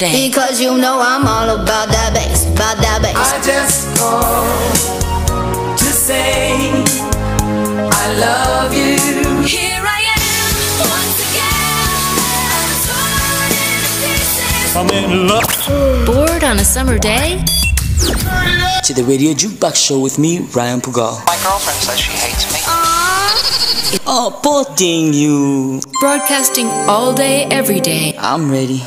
Dang. Because you know I'm all about that bass, about that bass. I just called to say I love you. Here I am once again. I'm torn into pieces. I'm in love. Bored on a summer day? to the Radio Jukebox Show with me, Ryan Pugal. My girlfriend says she hates me. Oh, poor thing you. Broadcasting all day, every day. I'm ready.